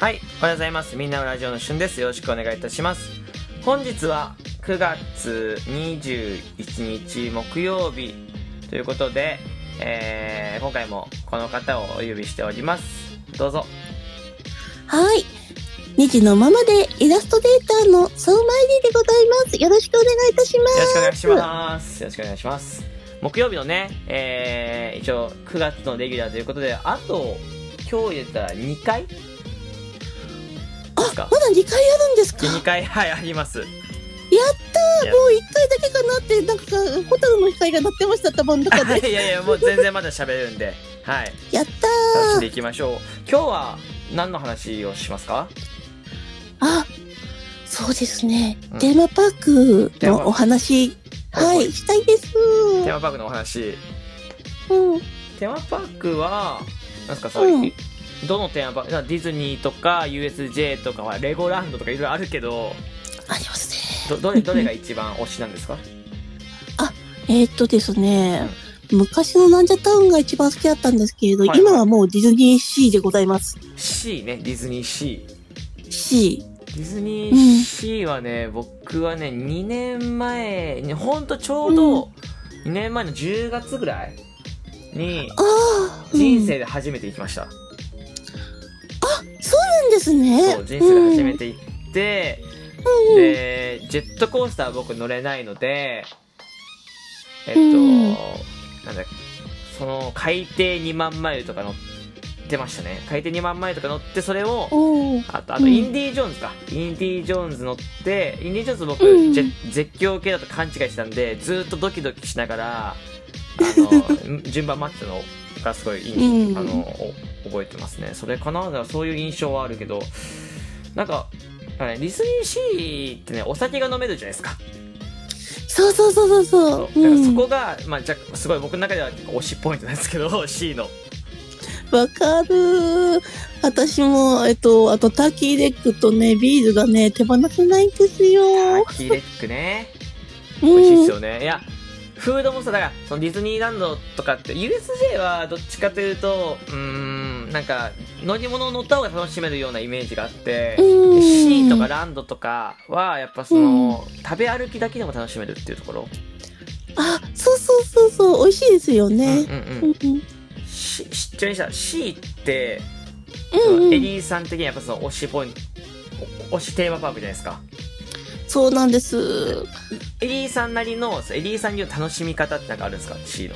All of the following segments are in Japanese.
はい、おはようございます。みんなのラジオのしゅんです。よろしくお願いいたします。本日は9月21日木曜日ということで、えー今回もこの方をお呼びしております。どうぞ。はい。ネジのままでイラストデーターの相馬入りでございます。よろしくお願いいたします。よろしくお願いします。よろしくお願いします。木曜日のね、えー一応9月のレギュラーということで、あと、今日入れたら2回であす、かまだ2回あるんですかやっ2回、はい、あります。たーもう1回だけかなって、なんかさ、ホタルの光が鳴ってました、頭の中 いで。やいや、もう全然まだ喋れるんで、はい。やった楽しんでーいきましょう今日は何の話をしますかあ、そうですねうん。テーマパークのお話、テーマパーはクい、したいです。テーマパークのお話うん。テーマパークはなんですかそうういんう、どのテーマパークなんかディズニーとか USJ とかはレゴランドとかいろいろあるけどありますね。ど どれどれが一番推しなんですかえーっとですね、昔のなんじゃタウンが一番好きだったんですけれど、はい今はもうディズニーシーでございます。 C ねディズニー C C。ディズニうーん C はね、僕はね2年前にほんとちょうど2年前の10月ぐらいにああ。うん人生で初めて行きました、そうなんですね。そう人生で初めて。て行って、うんでジェットコースターは僕乗れないのでえっと、うんなんだその海底2万マイルとか乗ってましたね海底2万マイルとか乗ってそれをおーあとあとうんインディ・ージョーンズか、インディ・ージョーンズ乗ってインディ・ージョーンズ僕、うんジェ絶叫系だと勘違いしてたんでずーっとドキドキしながらあ の順番待ってたのがすごいいい、うんあのお覚えてますねそれかなだからそういう印象はあるけどなんかなんかねディズニーシーってねお酒が飲めるじゃないですかそうそうそうそうそうそだかう。らうんそこが、まあ、じゃすごい僕の中では結構推しポイントなんですけど C のわかる。私も、えっと、あとターキーレッグとね、ビールがね、手放せないんですよ。タうーキーレックね美味しいですん。よね、いやフードもさだからそのディズニーランドとかって USJ はどっちかというとうーんなんか乗り物を乗った方が楽しめるようなイメージがあって、うでん C とかランドとかはやっぱその、食べ歩きだけでも楽しめるっていうところ、あ、そうそうそうそう、美味しいですようんうんね。ううんんうん。しちなみにさ C ってそうんのうエん。リーさん的にはやっぱその推しポイント推しテーマパークじゃないですかそうなんです。エリーさんなりのエリーさん流の楽しみ方ってなんかあるんですか C の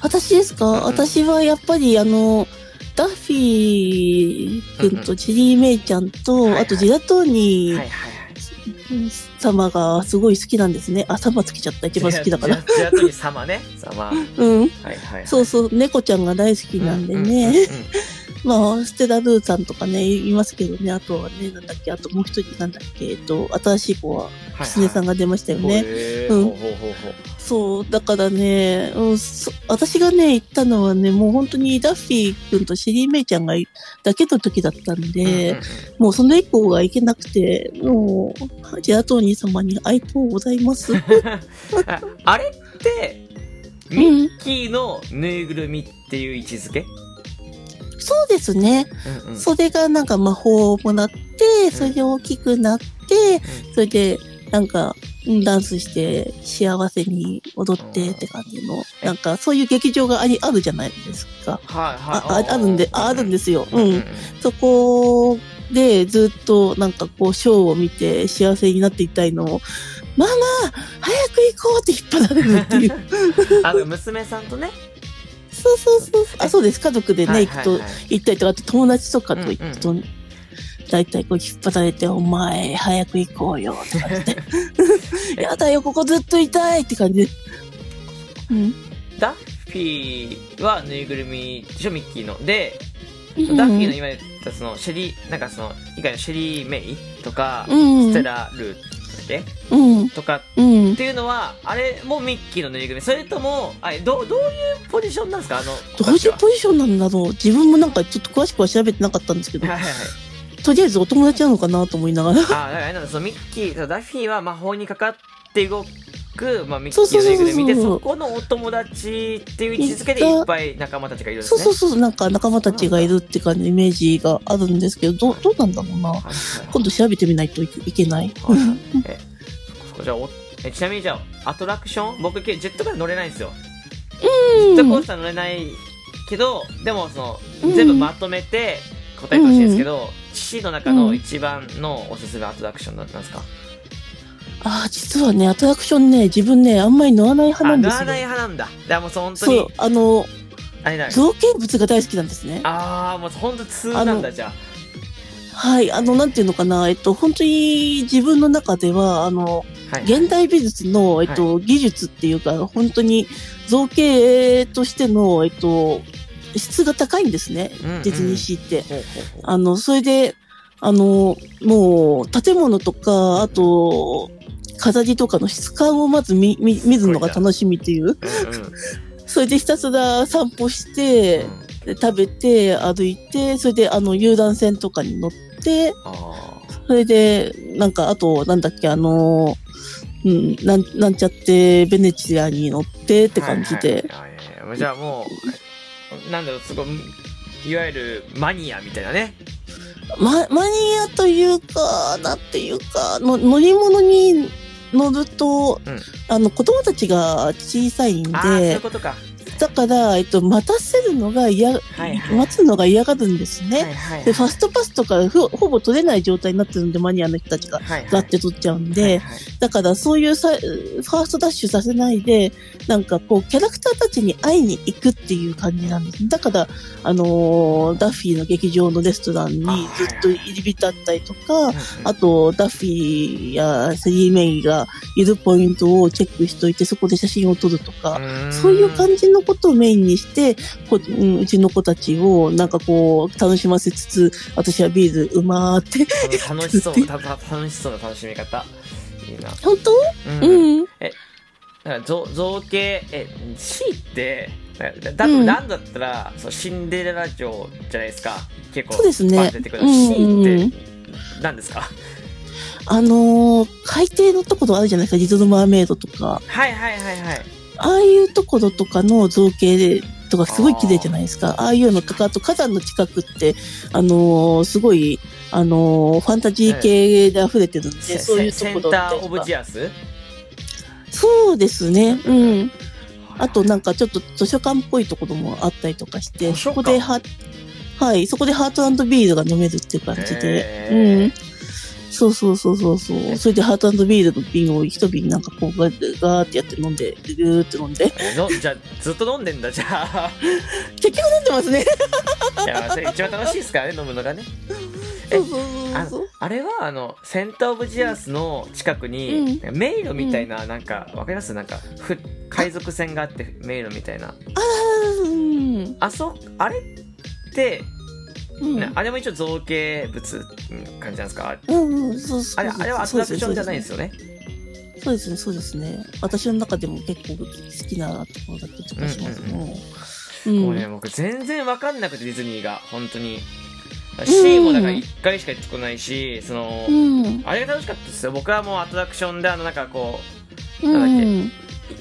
私ですか、うんうん私はやっぱりあの、ダッフィー君とジェリーメイちゃんと、うんうんあとジェラトーニはいはいーはい様がすごい好きなんですね。あ、様つけちゃった。一番好きだから。ジェラトニ様ね様うん。はいはいそう好そう、猫ちゃんが大好きなんでね。 まあ、ステラルーさんとかね、いますけどね。あとはね、なんだっけ、あともう一人なんだっけ、えっと、新しい子は、キツネさんがが出ましたよね。ねうんほうほうほうほうそう、だからね、うん、そ私がね、行ったのはね、もう本当にダッフィー君とシェリーメイちゃんがいだけの時だったんで、うんうんもうその以降が行けなくて、もう、ジェラトーニー様に愛とうござい ます。ううんああれってミん、ッキーのぬいぐるみっていう位置づけそうですね。うんうんそれがなんか魔法をもらって、それで大きくなって、それでなんかうんダンスして幸せに踊ってって感じの、なんかそういう劇場がありあるじゃないですか。はいはいあああるんで、ああるんですすよ。うん。そこでずっとなんかこうショーを見て幸せになっていたいのを、ママ早く行こうって引っ張られるっ ていう。あの娘さんとねそうそうそう。あ、そうです。家族ではね、い行はくいはいと行ったりとか、あと友達とかと行くと、大体こう引っ張られて、お前、早く行こうよ、とか 言って。 やだよ、ここずっといたいって感じで。うん。ダッフィーはぬいぐるみでしょミッキーのでうんダッフィーの今言ったそのシェリーなんかその以外のシェリー・メイとか、うんステラ・ルーだっけうん。とかうんっ。ていうのはあれもミッキーのぬいぐるみそれともあれどうどういうポジションなんですかあの子どうたいちうはポジションなんだろう自分もなんかちょっと詳しくは調べてなかったんですけどはい、はいはいとりあえずお友達なのかなと思いながら。あだからあれなんだそのミッキーそのダッフィーは魔法にかかって動く、まあ、ミッキーそうのそうぬいうぐそそうるみでそこのお友達っていう位置づけでいっぱい仲間たちがいるんですそうねそうそう、なんか仲間たちがいるって感じのイメージがあるんですけど、どどうなんだろうな。今度調べてみないといいけない。はいはいえそこそこじゃあおえちなみにじゃあアトラクション僕ジェットコースター乗れないんですよジェットコースター乗れないけどでもその、うん全部まとめて答えてほしいんですけど、父の中の一番のおすすめアトラクションなんですか、ああ、実はね、アトラクションね、自分ね、あんまり乗らない派あなんで乗すらないよ。派なんだだからもうそう本当そうに、あの、あれだ造形物が大好きなんですね。ああもう本当通なんだじゃはい、あの、なんていうのかな、えっと、本当に自分の中では、あの、あはい現代美術の、えっと、技術っていうか、本当に造形としての、えっと、質が高いんですね、うんうんディズニーシーって。ほうほうほうあの、それで、あの、もう、建物とか、あと、飾りとかの質感をまず見、見、見るのが楽しみっていうう。んうんそれでひたすら散歩して、で食べて、歩いて、それで、あの、遊覧船とかに乗って、ああそれで、なんか、あと、なんだっけ、あの、うん、なん、なんちゃって、ベネチアに乗ってって感じで。はいはいはいはいじゃあもうなんだろうすごいいわゆるマニアみたいなねま、マニアというか、なんていうか、の乗り物に乗ると、うんあの、子供たちが小さいんああそういうで、ことかだから、えっと、待たせるのが嫌、いはい待つのが嫌がるんですね。はいはいで、ファストパスとかほほぼ取れない状態になってるんで、マニアの人たちが。はいはいガッて取っちゃうんはいで、はいだからそういうさ、ファーストダッシュさせないで、なんかこう、キャラクターたちに会いに行くっていう感じなんです。だから、あのーダッフィーの劇場のレストランにずっと入り浸ったりとか、あと、ダッフィーやセリー・メイがいるポイントをチェックしといて、そこで写真を撮るとか、そういう感じのことをメインにして、こうんうちの子たちをなんかこう、楽しませつつ、私はビールうまーって。じ楽しそうたた楽しそうな楽しみ方いいな本当うんうん。なんか造造形え C ってなんかだ多う分んなんだったら、そうシンデレラ城じゃないですか結構そうですねバーン出てくるうん C って何ですかあのー海底のところあるじゃないですか、リトル・マーメイドとか、はいはいはいはいああいうところとかの造形とかすごい綺麗じゃないですか。ああいうのとか、あと火山の近くって、あのーすごい、あのーファンタジー系で溢れてるんで、セそういうとセこンろターオとブか。ジアスそうですね。うん。あとなんかちょっと図書館っぽいところもあったりとかして、図書そ館こでは、はい、そこでハートビールが飲めるっていう感じでへ。ーうん。そうそうそうそうそう。それでハートビールの瓶を一瓶なんかこうガーガーってやって飲んで、ぐーって飲んで。飲えのじゃあずっと飲んでんだじゃ あんでますね。いやまあそれ一番楽しいですからね飲むのがねえ そうそうそうそう。あれはあのセンター・オブ・ジアスの近くに、迷路みたいななんかわかりますなんかふ海賊船があって迷路みたいなあーうん。あそあれって、うんねあれも一応造形物うん感じなんですかあうんうん、そうそあうれあれはアトラクションじゃないんですよ。よねそうですね、そうですね。私の中でも結構好きなところだったりとかしますね。うもうんね僕全然わかんなくてディズニーが本当に C もだからうん1回しか行ってこないしその、うん。あれが楽しかったですよ僕はもうアトラクションであのなんかこううん。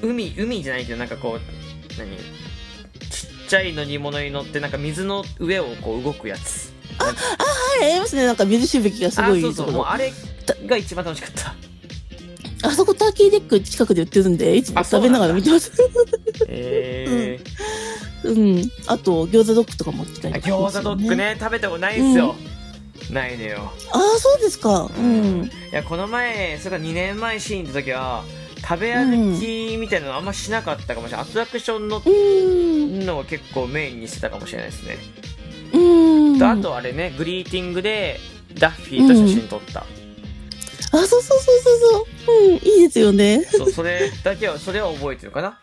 海海じゃないけどなんかこう何ちっちゃい乗り物に乗ってなんか水の上をこう動くやつはい、ありますね。なんか水しぶきがすあごいそうとそこうもうろ。ああれが一番楽しか ったそこターキーデック近くで売ってるんで、いつもあそう食なべんだながら見てます。えうん。あと、餃子ドッグとか持ってたー、りとか、餃子ドッグ。ね食べたことないっすよ、ないのよああ、そうですか。うん。いやこの前それから2年前シーンの時は食べ歩きみたいなのあんましなかったかもしれない、アトラクションのうん。のを結構メインにしてたかもしれないですね、うん。とあとあれねグリーティングでダッフィーと写真撮った、あ、そうそうそうそうそう。うん。いいですよね。そうそれだけはそれは覚えてるかな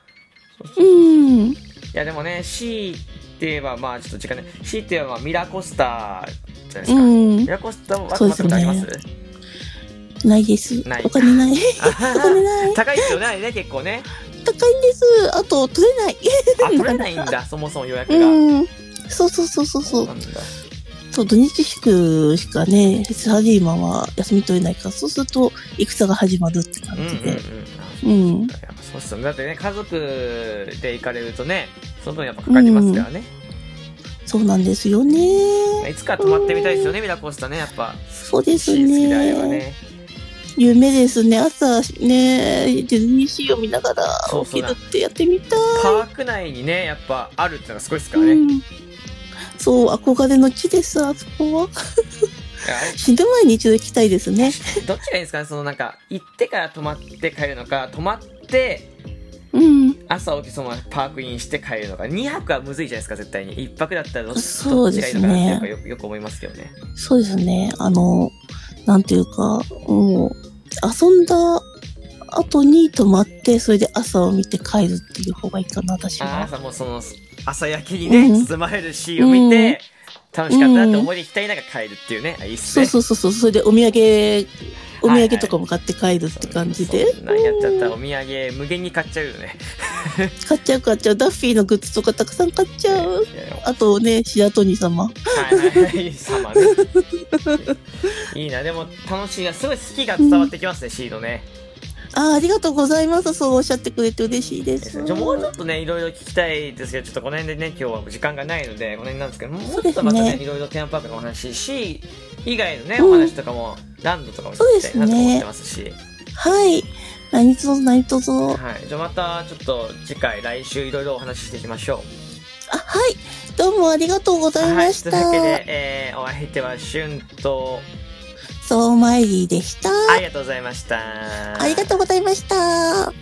うん。いやでもね C って言えばまあちょっと時間ね C って言えばミラコスタじゃないですうか、んミ。ラコスタもあそとうまたですこねとありますないです。ないお金 ない。お金ない。高いですよねあれね結構ね高いんです。あと、取れない。あ取れないんだそもそも予約が、 うん。そうそうそうそうそう。なんだそう、土日祝しかね、サラリーマンは休み取れないから、そうすると、戦が始まるってうん感うんうじんで。あうやん。っぱそうっすよねだってね家族で行かれるとねその分やっぱかかりますからね、そうなんですよね。いつか泊まってみたいですよねミラコスタねやっぱそうです好きであればね。ね夢ですね。朝ね、ディズニーシーを見ながらそう起そうきるってやってみたい。パーク内にねやっぱあるってのがすごいですからね、ういん。そう、憧れの地です、あそこは。 やあ死ぬ前に一度行きたいですね。れどっちがいいんですかねそのなんか行ってから泊まって帰るのか泊まってうん。朝起きそのままパークインして帰るのか2泊はむずいじゃないですか絶対に1泊だったらどっそうどっちでがいいすのねかなってやっぱよよく思いますけどねそうですね。あの、なんていうか、もう、遊んだ後に泊まって、それで朝を見て帰るっていう方がいいかな、私あーは。朝もうその朝焼けにねうん包まれるシーンを見て、楽しかったなって思いで行きたいなが帰るっていうねあいいっすそうねそうそうそう、それでお土産、おはいは土い産とかも買って帰るって感じで。そんなんやっちゃったらお土産無限に買っちゃうよね買っちゃう買っちゃう。ダッフィーのグッズとかたくさん買っちゃう。いやあとね、白鳥様。はいはい はいさまねいいなでも楽しいなすごい好きが伝わってきますね、シードねああ、ありがとうございます。そうおっしゃってくれて嬉しいです。じゃあもうちょっとねいろいろ聞きたいですけどちょっとこの辺でね今日は時間がないのでこの辺なんですけどもうちょっとまたそうねですいろいろテーマパークのお話し以外のね、うんお話とかもランドとかも聞きたいなと思ってますしはい。何卒何卒。あ、はい、じゃあまたちょっと次回来週いろいろお話ししていきましょはい。どうもありがとうごうざいはまいしといた。うわけで、えー、お相手はしゅんとそうまいりでした。ありがとうございましたありがとうございました。